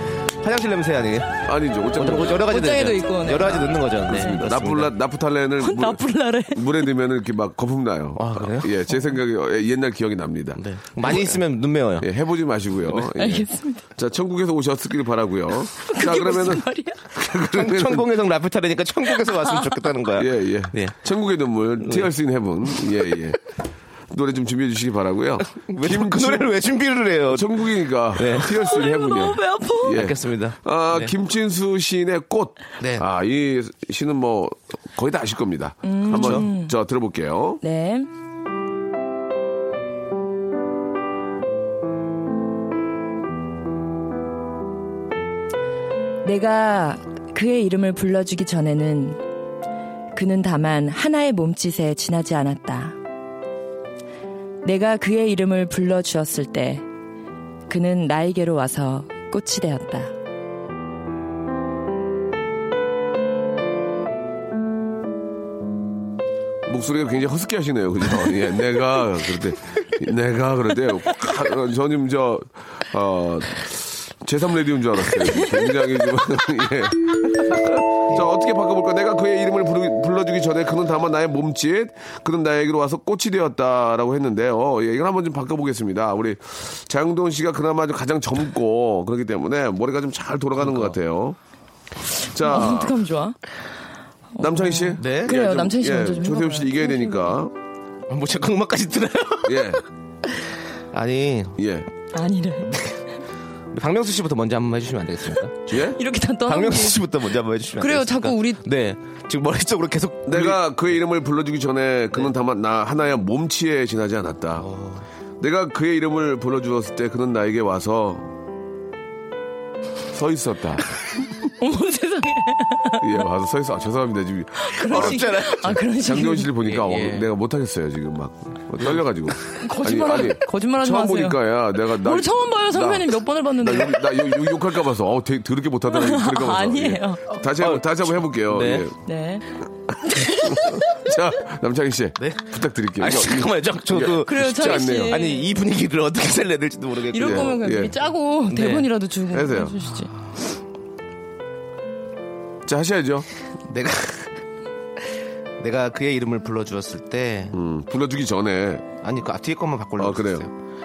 S3: 화장실 냄새 아니에요?
S1: 아니죠. 오장
S3: 뭐
S1: 냄새.
S3: 여러 가지
S2: 옷장에도
S3: 넣죠.
S2: 있고, 네.
S3: 여러 가지 넣는 거죠. 네.
S1: 나풀라, 나프탈렌을 물-
S2: <laughs> 나불나래.
S1: 물에 넣으면 이렇게 막 거품 나요.
S3: 아, 그래요?
S1: 예, 제 생각에 예, 옛날 기억이 납니다.
S3: 네. 많이 있으면 눈 매워요.
S1: 예, 해보지 마시고요. 예.
S2: 알겠습니다.
S1: 자, 천국에서 오셨길
S3: <laughs>
S1: 바라고요. 자,
S2: 그게
S1: 그러면은
S2: 무슨 말이야?
S1: 그러면은-
S3: 천공에서 라프탈레니까 천국에서 왔으면 좋겠다는 거야.
S1: 예, 예.
S3: 네.
S1: 천국의 눈물, Tears in Heaven. 예, 예. 노래 좀 준비해 주시기 바라고요.
S3: <laughs> 왜 자꾸 그 노래를 왜 준비를 해요?
S1: 천국이니까
S3: 네.
S1: Tears in Heaven이요.
S2: 너무 배 아파.
S1: 예.
S3: 알겠습니다.
S1: 아,
S3: 네.
S1: 김진수 시인의 꽃.
S3: 네.
S1: 아, 이 시는 뭐 거의 다 아실 겁니다.
S3: 음, 그렇죠.
S1: 한번 저 들어볼게요.
S2: 네. 내가 그의 이름을 불러주기 전에는 그는 다만 하나의 몸짓에 지나지 않았다. 내가 그의 이름을 불러주었을 때 그는 나에게로 와서 꽃이 되었다.
S1: 목소리가 굉장히 허스키 하시네요. 그죠? 예, 내가 그럴 때 내가 그럴 때 가- 어, 저는 저 어, 제3 레디온 줄 알았어요. 굉장히 좀 <laughs> 예. 자, 어떻게 바꿔볼까? 내가 그의 이름을 부르- 불러주기 전에 그는 다만 나의 몸짓, 그는 나에게로 와서 꽃이 되었다라고 했는데요. 예, 이걸 한번 좀 바꿔보겠습니다. 우리 장동훈 씨가 그나마 좀 가장 젊고 그렇기 때문에 머리가 좀 잘 돌아가는 것 같아요. 자,
S2: 어떡하면 좋아?
S1: 남창희 씨. 예,
S3: 네.
S2: 그래요, 남창희 씨 먼저 좀
S1: 조세호 씨
S2: 해봐봐요.
S1: 이겨야 되니까.
S3: 뭐 자꾸 음악까지 들어요? <laughs>
S1: 예,
S3: 아니,
S1: 예.
S2: 아니래.
S3: 박명수 씨부터 먼저 한번 해주시면 안 되겠습니까?
S1: 예?
S2: 이렇게 다 떠나는 게
S3: 박명수 씨부터 먼저 한번 해주시면
S2: 아, 네. 그래요,
S3: 안 되겠습니까?
S2: 자꾸 우리-
S3: 네. 지금 머릿속으로 계속.
S1: 내가 그의 이름을 불러주기 전에
S2: 네.
S1: 그는 다만 나 하나의 몸치에 지나지 않았다.
S2: 어.
S1: 내가 그의 이름을 불러주었을 때 그는 나에게 와서 서
S2: <laughs>
S1: 있었다.
S2: 어머 세상에.
S1: 예, 와서 서 있어. 아, 죄송합니다. 지금
S2: 그런
S1: 아,
S2: 식으로. <laughs> 아, 그런 식으로.
S1: 장경훈 씨를 보니까
S3: 예, 예.
S1: 어, 내가 못하겠어요. 지금 막뭐 떨려가지고.
S2: <laughs> 거짓말
S1: 아니,
S2: 하지,
S1: 아니,
S2: 거짓말 하지
S1: 처음
S2: 마세요.
S1: 보니까야 내가 나
S2: 뭘 처음 봐요, 선배님 몇 번을
S1: 나,
S2: 봤는데.
S1: 욕- 나 욕, 욕- 욕할까 봐서 어 되게 더럽게 못하더라
S2: <laughs>
S1: 그럴까 봐서
S2: 아니에요. 어.
S1: 예. 다시 한번 다시 한번 해볼게요
S3: 네.
S1: 예.
S2: 네.
S1: 자 남창희 씨
S3: 네?
S1: 부탁드릴게요
S3: 아니,
S1: 이거-
S3: 잠깐만요. 저, 저도.
S2: 그래요,
S1: 쉽지
S2: 창희
S1: 않네요.
S2: 씨.
S3: 아니, 이 분위기를 어떻게 살려야 될지도 모르겠고.
S2: 이럴
S1: 예,
S2: 거면 그냥
S1: 예.
S2: 미리 짜고 대본이라도 주고
S1: 해세요.
S2: 해주시지.
S1: 자 하셔야죠
S3: 내가. <laughs> 내가 그의 이름을 불러주었을 때.
S1: 음, 불러주기 전에
S3: 아니, 그 뒤에 것만 바꾸려고.
S1: 아, 그래요?
S3: 했어요.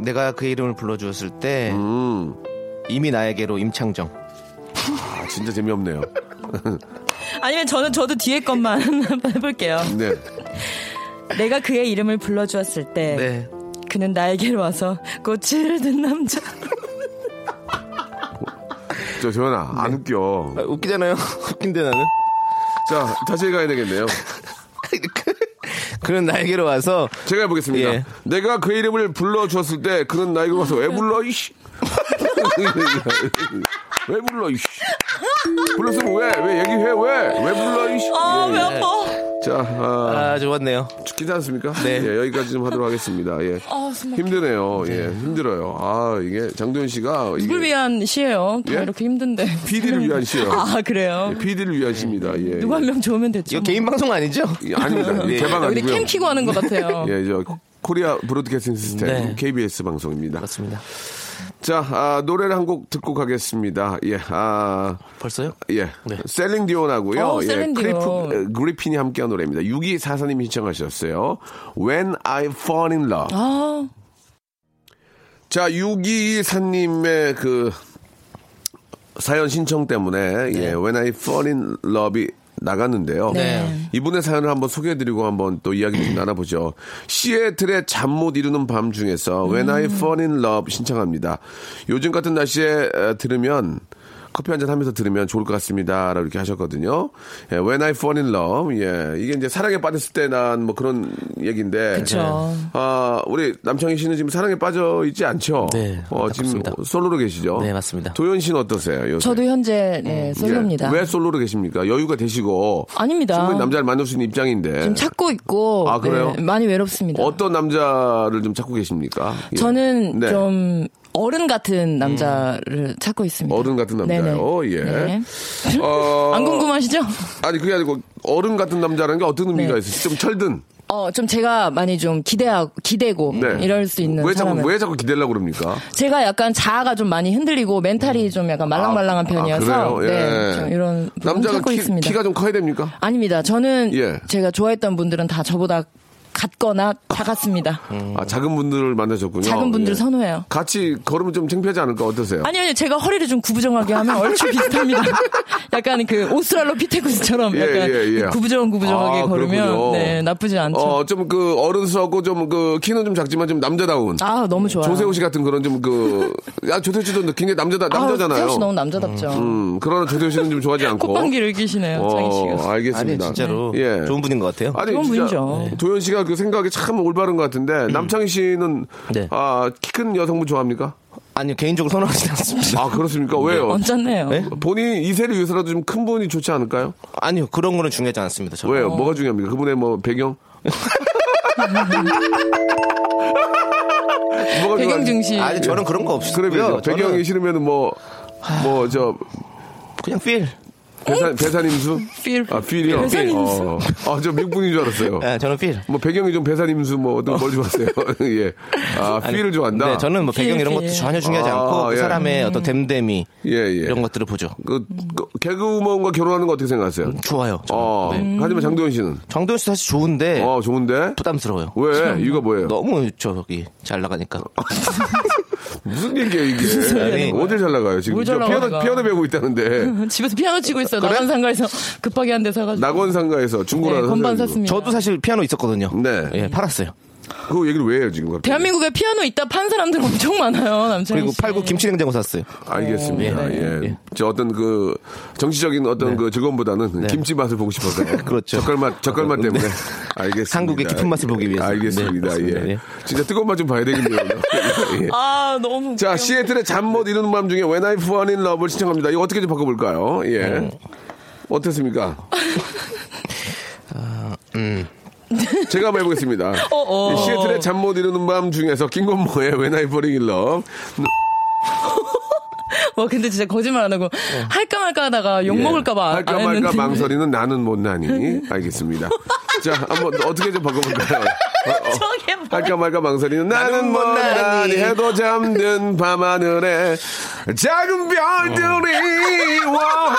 S3: 내가 그의 이름을 불러주었을 때.
S1: 음,
S3: 이미 나에게로 임창정.
S1: 아, 진짜 재미없네요.
S2: 아니면 저는 저도 뒤에 것만 <laughs> 해볼게요.
S1: 네.
S2: 내가 그의 이름을 불러주었을 때
S3: 네.
S2: 그는 나에게로 와서 꽃을 든 남자.
S1: 저, 조연아, 안 웃겨.
S3: 아, 웃기잖아요. <laughs> 웃긴데 나는.
S1: 자, 다시 가야 되겠네요.
S3: 그는 나에게로 와서
S1: 제가 해보겠습니다.
S3: 예.
S1: 내가 그 이름을 불러주었을 때, 그는 나에게 와서 왜 불러, 이씨? <laughs> 왜 불러, 이씨? 불렀으면 왜? 왜 얘기해, 왜? 왜 불러, 이씨?
S2: 아,
S1: 예,
S2: 왜
S1: 예.
S2: 아파.
S1: 자, 아,
S3: 아 좋았네요.
S1: 죽기지 않습니까?
S3: 네.
S1: 예, 여기까지 좀 하도록 하겠습니다. 예.
S2: 아, 숨
S1: 힘드네요. 예, 힘들어요. 아, 이게 장도연 씨가.
S2: 누굴
S1: 이게
S2: 위한 시예요? 다
S1: 예? <laughs>
S2: 이렇게 힘든데.
S1: PD를 위한 시예요.
S2: 아, 그래요?
S1: PD를 위한 시입니다. 예.
S2: 누구 한 명 좋으면 됐죠.
S3: 이거 개인 방송 아니죠?
S1: 예, 아닙니다. 예, 개방
S2: 우리
S1: 아니고요.
S2: 캠 키고 하는 것 같아요.
S1: 예, 저 코리아 브로드캐스팅 시스템
S3: 네.
S1: KBS 방송입니다.
S3: 맞습니다.
S1: 자, 아, 노래를 한 곡 듣고 가겠습니다. 예, 아,
S3: 벌써요?
S1: 예,
S3: 네.
S1: 셀링 디온하고요.
S2: 어,
S1: 예,
S2: 셀린 디온.
S1: 크리프- 에, 그리핀이 함께한 노래입니다. 6244님이 신청하셨어요. When I Fall in Love.
S2: 아,
S1: 자, 6224님의 그 사연 신청 때문에 예, When I Fall in Love이 나갔는데요.
S3: 네.
S1: 이분의 사연을 한번 소개해드리고 한번 또 이야기 좀 나눠보죠. 시애틀의 잠 못 이루는 밤 중에서 When I Fall in Love 신청합니다. 요즘 같은 날씨에 에, 들으면 커피 한잔 하면서 들으면 좋을 것 같습니다. 라고 이렇게 하셨거든요. 예, When I Fall in Love. 예, 이게 이제 사랑에 빠졌을 때 난 뭐 그런 얘기인데.
S3: 그렇죠.
S2: 그쵸.
S1: 아, 우리 남창희 씨는 지금 사랑에 빠져 있지 않죠?
S3: 네,
S1: 어, 지금
S3: 맞습니다.
S1: 솔로로 계시죠?
S3: 네, 맞습니다.
S1: 도현 씨는 어떠세요? 요새?
S2: 저도 현재 네,
S1: 예,
S2: 솔로입니다.
S1: 왜 솔로로 계십니까? 여유가 되시고.
S2: 아닙니다.
S1: 충분히 남자를 만날 수 있는 입장인데.
S2: 지금 찾고 있고
S1: 아, 그래요?
S2: 네, 많이 외롭습니다.
S1: 어떤 남자를 좀 찾고 계십니까? 예.
S2: 저는
S1: 네. 음.
S2: 좀 어른 같은 남자를 찾고 있습니다.
S1: 어른 같은 남자요.
S2: 네네.
S1: 예.
S2: 네.
S1: 어,
S2: <laughs> 안 궁금하시죠?
S1: 아니 그게 아니고 어른 같은 남자라는 게 어떤 의미가
S2: 네.
S1: 있어요? 좀 철든.
S2: 어, 좀 제가 많이 좀 기대하고 기대고
S1: 네.
S2: 이럴 수 있는
S1: 왜
S2: 사람을
S1: 자꾸 왜 자꾸 기대려고 그럽니까?
S2: 제가 약간 자아가 좀 많이 흔들리고 멘탈이 좀 약간
S1: 음.
S2: 말랑말랑한
S1: 아, 아,
S2: 편이어서
S1: 그래요? 예.
S2: 네, 좀 이런 부분
S1: 남자가
S2: 찾고
S1: 키,
S2: 있습니다.
S1: 키가 좀 커야 됩니까?
S2: 아닙니다. 저는
S1: 예.
S2: 제가 좋아했던 분들은 다 저보다 같거나 작았습니다.
S1: 아 작은 분들을 만나셨군요.
S2: 작은 분들
S1: 예.
S2: 선호해요.
S1: 같이 걸으면 좀 창피하지 않을까 어떠세요?
S2: 아니 아니 제가 허리를 좀 구부정하게 하면 얼추 비슷합니다.
S1: <laughs>
S2: 약간 그 오스트랄로피테쿠스처럼 약간 구부정 구부정하게
S1: 예, 아,
S2: 걸으면
S1: 그렇군요.
S2: 네 나쁘지 않죠.
S1: 어, 좀 그 어른스럽고 좀 그 키는 좀 작지만 좀 남자다운.
S2: 아 너무 좋아요.
S1: 조세호 씨 같은 그런 좀 그 야 조세호 씨도 굉장히 남자다
S2: 아,
S1: 남자잖아요.
S2: 세호 씨 너무 남자답죠.
S1: 음, 그러나 조세호 씨는 좀 좋아하지 않고.
S2: 콧방귀를 끼시네요. 장희
S1: 어,
S2: 씨가.
S3: 아니
S1: 알겠습니다.
S3: 진짜로
S1: 예.
S3: 좋은 네. 분인 것 네. 같아요.
S1: 아니,
S2: 좋은
S1: 진짜
S2: 분이죠.
S1: 도현 씨가 그 생각이 참 올바른 것 같은데 남창희 씨는
S3: 음. 네.
S1: 아, 키 큰 여성분 좋아합니까?
S3: 아니 개인적으로 선호하지 <laughs> 않습니다.
S1: 아 그렇습니까? 왜요?
S2: <laughs> 언짢네요.
S3: 네?
S1: 본인 이세를 위해서라도 좀 큰 분이 좋지 않을까요?
S3: 아니요 그런 거는 중요하지 않습니다. 저는.
S2: 어.
S1: 왜요? 뭐가 중요합니까? 그분의 뭐
S2: <laughs>
S1: 배경? 뭐가
S2: 배경
S1: 중요하지?
S2: 중시.
S3: 아니 저는 예. 그런 거
S1: 그래
S3: 없고요.
S1: 배경. 배경이 싫으면 뭐뭐저
S3: 그냥 필.
S1: 배산 배산임수?
S2: 어? 필.
S1: 아 필이요.
S2: 배산임수.
S1: 어. 아저 미국분인 줄 알았어요.
S3: 예, 저는 필.
S1: 뭐 배경이 좀 배산임수 뭐 어떤 걸 좋아하세요? <laughs> 예. 아
S3: 아니,
S1: 필을 좋아한다.
S3: 네, 저는 뭐 배경 이런
S2: 필. 음.
S3: 것도 전혀 중요하지
S1: 아,
S3: 않고 그
S1: 예.
S3: 사람의 어떤 댐댐이
S1: 예, 예.
S3: 이런 것들을 보죠.
S1: 그, 그 개그우먼과 결혼하는 거 어떻게 생각하세요?
S3: 좋아요. 저는.
S1: 어.
S3: 네.
S1: 하지만 장도현 씨는
S3: 정도현 씨 사실 좋은데
S1: 어 좋은데
S3: 부담스러워요.
S1: 왜 이유가 뭐예요?
S3: 너무 저기 잘 나가니까.
S1: 무슨 얘기예요 이게?
S3: 소리야, 이거.
S1: 어딜 잘 나가요 지금?
S2: 뭘잘
S1: 저 피아노
S2: 나가요?
S1: 피아노 배우고 있다는데
S2: <laughs> 집에서 피아노 치고 있어요. 나간 상가에서 급하게 한 대 사가지고.
S1: 낙원 상가에서 중고나
S2: 네,
S1: 는
S2: 건반 샀습니다.
S3: 저도 사실 피아노 있었거든요.
S1: 네.
S3: 예, 팔았어요.
S1: 그 얘기를 왜 해요 지금? 갑자기?
S2: 대한민국에 피아노 있다 판 사람들 엄청 많아요. 남창희
S3: 그리고
S2: 씨.
S3: 팔고 김치 냉장고 샀어요.
S1: 알겠습니다.
S3: 예,
S1: 예.
S3: 예.
S1: 저 어떤 그 정치적인 어떤 그 즐거움보다는 김치 맛을 보고 싶어서
S3: 그렇죠.
S1: 젓갈 맛 젓갈 맛 때문에 알겠습니다.
S3: 한국의 깊은 맛을 보기 위해서. 네,
S1: 알겠습니다.
S3: 그렇습니다.
S1: 예.
S3: 예.
S1: 진짜 뜨거운 맛 좀 봐야 되겠네요. 예.
S2: 아 너무.
S1: 자, 시애틀의 잠 못 이루는 밤 중에 When I Fall in Love를 신청합니다. 이거 어떻게 좀 바꿔볼까요? 예.
S2: 네. <laughs>
S1: 어떻습니까? 제가 한번 해보겠습니다.
S2: 아, 음. <laughs> 어.
S1: 시애틀의 잠 못 이루는 밤 중에서 김건모의 When I Fall in Love.
S2: 와 근데 진짜 거짓말 안 하고 할까 말까 하다가 욕
S1: 예.
S2: 먹을까봐 안
S1: 할까
S2: 했는데.
S1: 말까
S2: <laughs>
S1: 망설이는 나는 못 나니. 알겠습니다. 자, 한번 어떻게 좀 바꿔볼까요?
S2: <laughs>
S1: 어, 어.
S2: 저게 뭐야?
S1: 할까 말까 망설이는 나는 못 나니 해도 <laughs> 잠든 밤하늘에 작은 별들이 와.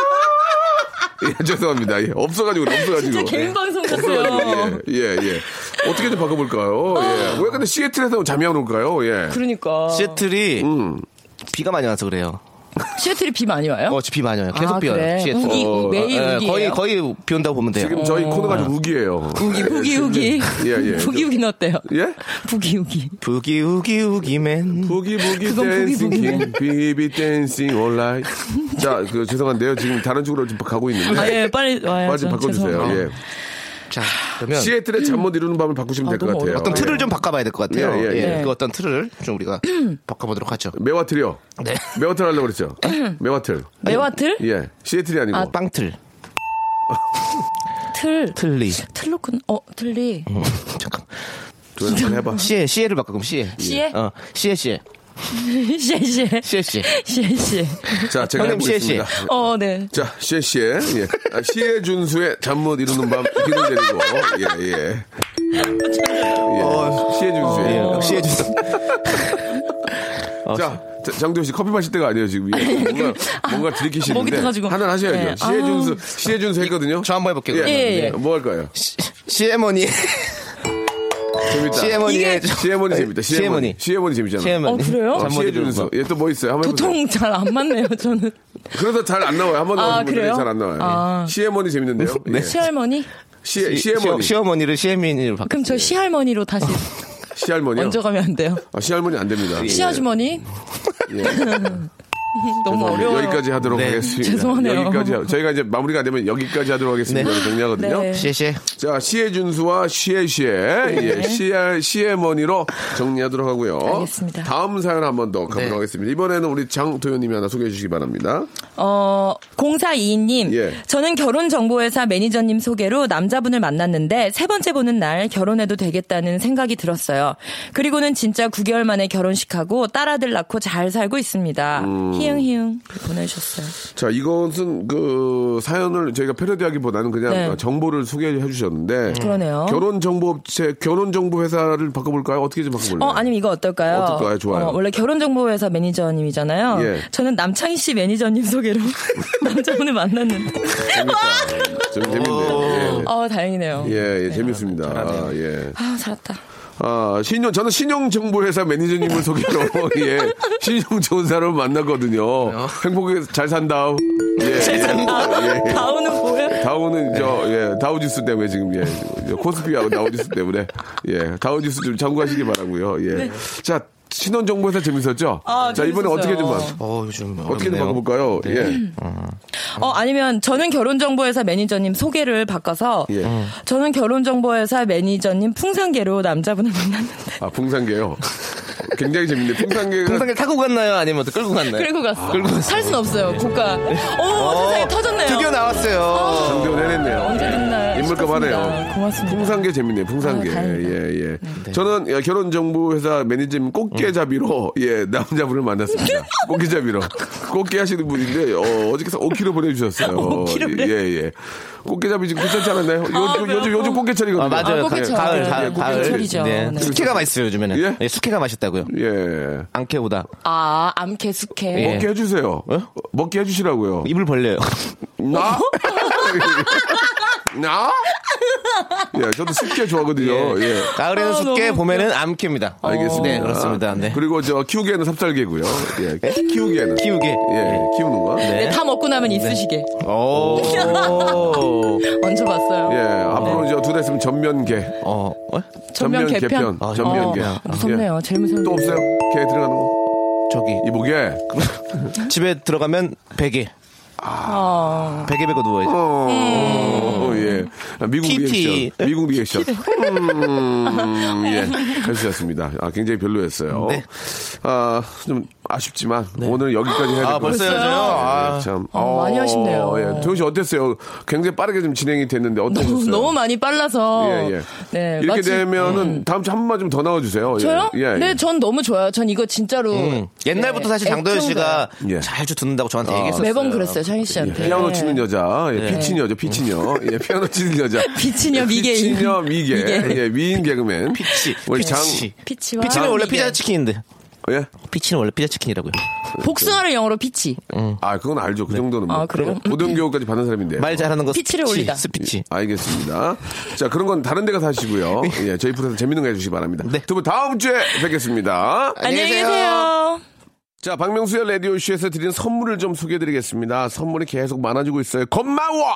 S1: 예, 죄송합니다. 예, 없어가지고, 그래, 없어가지고.
S2: 진짜 네, 개인 방송 같아요.
S1: 없어가지고, 예, 예, 예. 어떻게 좀 바꿔볼까요? 예. 왜 근데 시애틀에서 잠이 안 올까요? 예.
S2: 그러니까.
S3: 시애틀이
S1: 음.
S3: 비가 많이 와서 그래요.
S2: 시애틀이 비 많이 와요?
S3: 어, 비 많이 와요. 계속
S2: 아,
S3: 비 와요.
S2: 그래?
S3: 시애틀.
S2: 우기,
S3: 어,
S2: 매일
S3: 예, 거의
S2: 우기예요?
S3: 거의 비 온다고 보면 돼요.
S1: 지금 저희 코너가 좀 어. 우기예요.
S2: 우기 우기 우기.
S1: 예,
S2: <laughs>
S1: 예.
S2: 우기 우기는 어때요?
S1: <laughs> 예?
S2: 부기 우기.
S3: 부기 우기 우기맨.
S1: 부기 부기
S2: 그건 부기,
S1: 댄싱
S2: 부기네.
S1: 킹 비비 댄싱 온라인 <laughs> 자그 죄송한데요 지금 다른 쪽으로 지금 가고 있는데
S2: 아, 예, 빨리 와야죠.
S1: 빨리 좀 바꿔주세요
S2: 죄송합니다.
S1: 예.
S3: 자, 그러면
S1: 시애틀의 잠 못 이루는 밤을 바꾸시면 될 것
S2: 너무
S1: 같아요
S3: 어떤
S1: 예.
S3: 틀을 좀 바꿔봐야 될 것 같아요.
S1: 예, 예,
S3: 예,
S1: 예.
S3: 그 어떤 틀을 좀 우리가 바꿔보도록 하죠.
S1: 매화틀이요
S3: 네.
S1: 매화틀 하려고 그랬죠 매화틀
S2: 매화틀?
S1: 예 시애틀이 아니고
S3: 빵틀.
S2: 틀.
S3: 틀리. 음,
S2: 틀로 큰. 어 틀리. <laughs>
S3: <laughs> 잠깐.
S1: 조연 한번 해봐
S3: 시에, 시에를 바꿔, 그럼 시에.
S2: 시에?
S3: 어, 시에, 시에.
S2: 시에시에.
S3: 시에, 시에.
S2: 시에 시에.
S1: 자 제가
S3: 형님, 시애,
S1: 해보겠습니다
S2: 어 네.
S1: 자, 시에 시에 예. 아, 시에 준수의 잠 못 이루는 밤 기는 내리고 예, 예. 예. 시에 준수의
S3: 예, 시에 주소.
S1: 자, 자, 장도현 씨 커피 마실 때가 아니에요 지금. 예. 뭔가 뭔가
S2: 목이
S1: 들이키시는데
S2: 타가지고.
S1: 하나 하셔야죠.
S2: 네.
S1: 시혜준수 시혜준수 했거든요.
S3: 저 한번 해볼게요.
S1: 예,
S2: 예, 예.
S1: 뭐 할까요?
S3: 시에머니.
S1: 재밌다.
S3: 시에머니의
S1: 시혜머니 재밌다.
S3: 시에머니.
S1: 시혜머니. 시혜머니 재밌잖아.
S3: 시에머니.
S2: 어, 그래요?
S1: 어,
S3: 잠못 이루는
S1: 시혜준수.
S3: 밤.
S1: 예, 또 뭐 있어요? 한번 해보세요.
S2: 도통 잘 안 맞네요 저는.
S1: 그래서 잘 안 나와요. 한번
S2: 아,
S1: 나오는 분들이
S2: 그래요?
S1: 잘안 나와요.
S2: 아.
S1: 시혜머니 재밌는데요? 예.
S2: 시할머니?
S1: 시혜,
S3: 네. 시-
S1: 시혜머니.
S3: 시- 시어머니를 시혜민이로 바꿔.
S2: 그럼
S1: 예.
S2: 저 시할머니로
S1: 아,
S2: 다시
S1: 시할머니요? 예.
S2: 얹어가면 안 돼요?
S3: 예.
S1: 아, 시할머니 안 됩니다.
S2: <laughs> 시아주머니?
S1: 예.
S2: 너무
S1: 죄송합니다.
S2: 어려워요.
S1: 여기까지 하도록
S3: 네.
S1: 하겠습니다.
S2: 죄송하네요.
S1: 여기까지 하- 저희가 이제 마무리가 안 되면 여기까지 하도록 하겠습니다.
S3: 네.
S1: 정리하거든요.
S2: 네.
S3: 시에시에.
S1: 자, 시의 준수와 시의 시의 예, 시의 시의 머니로 정리하도록 하고요.
S2: 알겠습니다.
S1: 다음 사연 한 번 더 가보도록
S3: 네.
S1: 하겠습니다. 이번에는 우리 장도현님이 하나 소개해 주시기 바랍니다.
S2: 어, 0422님.
S1: 예.
S2: 저는 결혼정보회사 매니저님 소개로 남자분을 만났는데 세 번째 보는 날 결혼해도 되겠다는 생각이 들었어요. 그리고는 진짜 9개월 만에 결혼식하고 딸아들 낳고 잘 살고 있습니다.
S1: 음.
S2: 히응히응 보내주셨어요.
S1: 자, 이것은 그 사연을 저희가 패러디하기보다는 그냥
S2: 네. 음.
S1: 정보를 소개해 주셨는데
S2: 그러네요.
S1: 결혼 정보 업체 결혼 정보 회사를 바꿔 볼까요? 어떻게 좀 바꿔 볼래요?
S2: 어, 아니면 이거 어떨까요?
S1: 어떨까요? 좋아요.
S2: 어, 원래 결혼정보회사 매니저님이잖아요.
S1: 예.
S2: 저는 남창희 씨 매니저님 소개로 <laughs> 남자분을 만났는데.
S1: 재밌다. 좀 재밌네요.
S2: 어, 다행이네요.
S1: 예. 예, 예, 재밌습니다. 아, 예.
S2: 아, 잘했다.
S1: 아, 신용, 저는 신용정보회사
S2: <laughs>
S1: 매니저님을 소개로, 예, 신용 좋은 사람을 만났거든요. 행복하게 잘 산다. 예, 어. 잘 산다. 예, 예.
S2: 아, 다우는 뭐야?
S1: 다우는 저, 예, 다우지수 때문에 지금, 예, 저 코스피하고 다우지수 때문에, 예, 다우지수 좀 참고하시기 바라고요 예. 자, 신혼정보회사 재밌었죠?
S2: 네. 아,
S1: 자, 이번에
S2: 재밌었어요.
S1: 어떻게 좀, 봐-
S3: 어, 요즘
S1: 어떻게 좀
S3: 어렵네요.
S1: 바꿔볼까요? 예.
S2: 어,
S1: 음.
S2: 아니면 저는 결혼정보회사 매니저님 소개를 바꿔서
S1: 예.
S2: 저는 결혼정보회사 매니저님 풍산계로 남자분을 만났는데
S1: 아, 풍산계요. 굉장히 재밌네. 풍산계가.
S3: 풍산길 타고 갔나요? 아니면 어떻게 끌고 갔나요?
S2: 끌고
S1: 아,
S2: 갔어. 살 순
S1: 네.
S2: 없어요. 고가. 오,
S3: 어,
S2: 세상에 터졌네요.
S3: 드디어 나왔어요.
S1: 장대원 해냈네요.
S2: 언제 듣나
S1: 인물값하네요.
S2: 싶었습니다. 고맙습니다.
S1: 풍산계 재밌네요. 풍산계.
S2: 아, 다행이다. 네.
S1: 예, 예. 저는 예, 결혼정보회사 매니저님
S3: 음.
S1: 꽃게잡이로 예 남자분을 만났습니다.
S2: <laughs>
S1: 꽃게잡이로 꽃게 하시는 분인데 어, 어저께 5kg 보내주셨어요.
S2: 5kg 래?
S1: 예, 예. 꽃게잡이 지금 괜찮지 않았나요? 요, 즘 요즘 요즘 꽃게철이거든요.
S3: 아, 맞아요.
S2: 아,
S3: 가-
S2: 그렇죠.
S3: 가을,
S2: 네,
S3: 가을,
S2: 그렇죠.
S3: 가을.
S2: 철이죠. 네.
S3: 숙회가 맛있어요, 요즘에는.
S1: 예?
S3: 예? 숙회가 맛있다고요.
S1: 예.
S3: 앙케보다.
S2: 아, 암캐, 숙캐.
S3: 예.
S1: 먹게 해주세요. 먹게 해주시라고요.
S3: 입을
S2: <laughs>
S3: 벌려요.
S2: 어?
S1: 나? <laughs> 나? 예, 저도 숙게 좋아하거든요. 예.
S3: 가을에는
S2: 아,
S3: 숙회,
S2: 너무
S3: 봄에는 암케입니다.
S1: 어. 알겠습니다.
S3: 네, 그렇습니다. 네.
S1: 그리고 저 키우기에는 삽살개고요. 예, 키- 키우기에는
S3: 키우기.
S1: 예,
S3: 네.
S1: 키우는 거.
S2: 네,
S3: 네.
S2: 다 먹고 나면 있으시게. <laughs>
S3: 오.
S2: 얹어봤어요.
S1: 예,
S3: 네.
S1: 앞으로 이제 두달 있으면 전면개.
S3: 어, 어?
S2: 전면 개편.
S3: 아,
S1: 전면개. 예.
S2: 어, 무섭네요. 제일 무서운
S1: 또
S2: 게.
S1: 없어요? 개 들어가는 거?
S3: 저기
S1: 이보게.
S3: 집에 들어가면 베개.
S2: 어.
S3: 베개 베고 누워야지.
S1: 어, 어, 예. 아, 미국
S3: 키티.
S1: 리액션. 미국 리액션. 음,
S3: <laughs>
S1: 예. 해주셨습니다. 아, 굉장히 별로였어요.
S3: 네.
S1: 아, 좀 아쉽지만 오늘 여기까지 해야 될 것
S3: 아,
S1: 같아요.
S3: 벌써요?
S1: 아,
S3: 아,
S1: 참.
S2: 어, 많이 하시네요.
S1: 예. 도현 씨 어땠어요? 굉장히 빠르게 좀 진행이 됐는데 어떠셨어요?
S2: 너무, 너무 많이 빨라서.
S1: 예, 예.
S2: 네,
S1: 이렇게
S2: 마치-
S1: 되면은
S2: 음.
S1: 다음 주 한 번만 좀 더 나와주세요. 예.
S2: 저요?
S1: 예. 예.
S2: 네, 전 너무 좋아요. 전 이거 진짜로
S3: 음. 옛날부터
S2: 네,
S3: 사실 장도연 씨가
S1: 예.
S3: 잘주 듣는다고 저한테 얘기했었어요.
S2: 매번 그랬어요, 창희 씨한테.
S1: 피아노 치는 여자, 예, 피치녀죠, 피치녀. 예, 피아노 치는 여자.
S2: 네. <laughs>
S1: 예,
S2: 피치녀 미개인.
S1: 피치녀 미개.
S2: 미개.
S1: 예, 미인 개그맨.
S3: 피치.
S1: <laughs> 우리 장,
S3: 피치.
S2: 피치와
S3: 피치는 원래
S2: 미개.
S3: 피자 치킨인데.
S1: 예?
S3: 피치는 원래 피자 치킨이라고요.
S2: 복숭아를 영어로 피치.
S1: 아, 그건 알죠. 그
S3: 네.
S1: 정도는. 뭐.
S2: 아, 그래요?
S1: 고등교육까지 받은 사람인데.
S3: 말 잘하는 거
S2: 피치를
S3: 스피치,
S2: 올리다.
S3: 스피치.
S1: 알겠습니다. 자, 그런 건 다른 데 가서 하시고요. 예, 저희 프로에서 재밌는 거 해주시기 바랍니다.
S3: 네.
S1: 두 분 다음 주에 뵙겠습니다.
S2: 안녕히 계세요.
S1: 자, 박명수의 라디오쇼에서 드리는 선물을 좀 소개해드리겠습니다. 선물이 계속 많아지고 있어요. 고마워!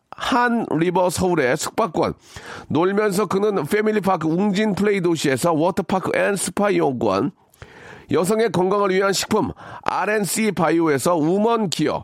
S1: 한 리버 서울의 숙박권, 놀면서 그는 패밀리파크 웅진 플레이 도시에서 워터파크 앤 스파 이용권, 여성의 건강을 위한 식품 RNC 바이오에서 우먼 기어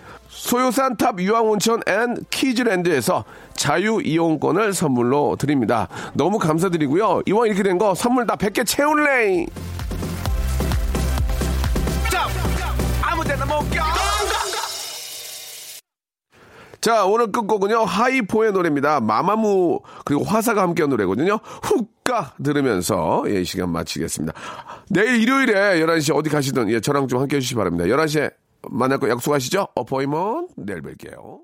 S1: 소요산 탑 유황온천 앤 키즈랜드에서 자유 이용권을 선물로 드립니다. 너무 감사드리고요. 이왕 이렇게 된 거 선물 다 100개 채울래! 자, 오늘 끝곡은요, 하이포의 노래입니다. 마마무, 그리고 화사가 함께한 노래거든요. 훅가 들으면서, 예, 이 시간 마치겠습니다. 내일 일요일에 11시 어디 가시든, 예, 저랑 좀 함께 해주시기 바랍니다. 11시에 만날 거 약속하시죠? 어포이먼, 내일 뵐게요.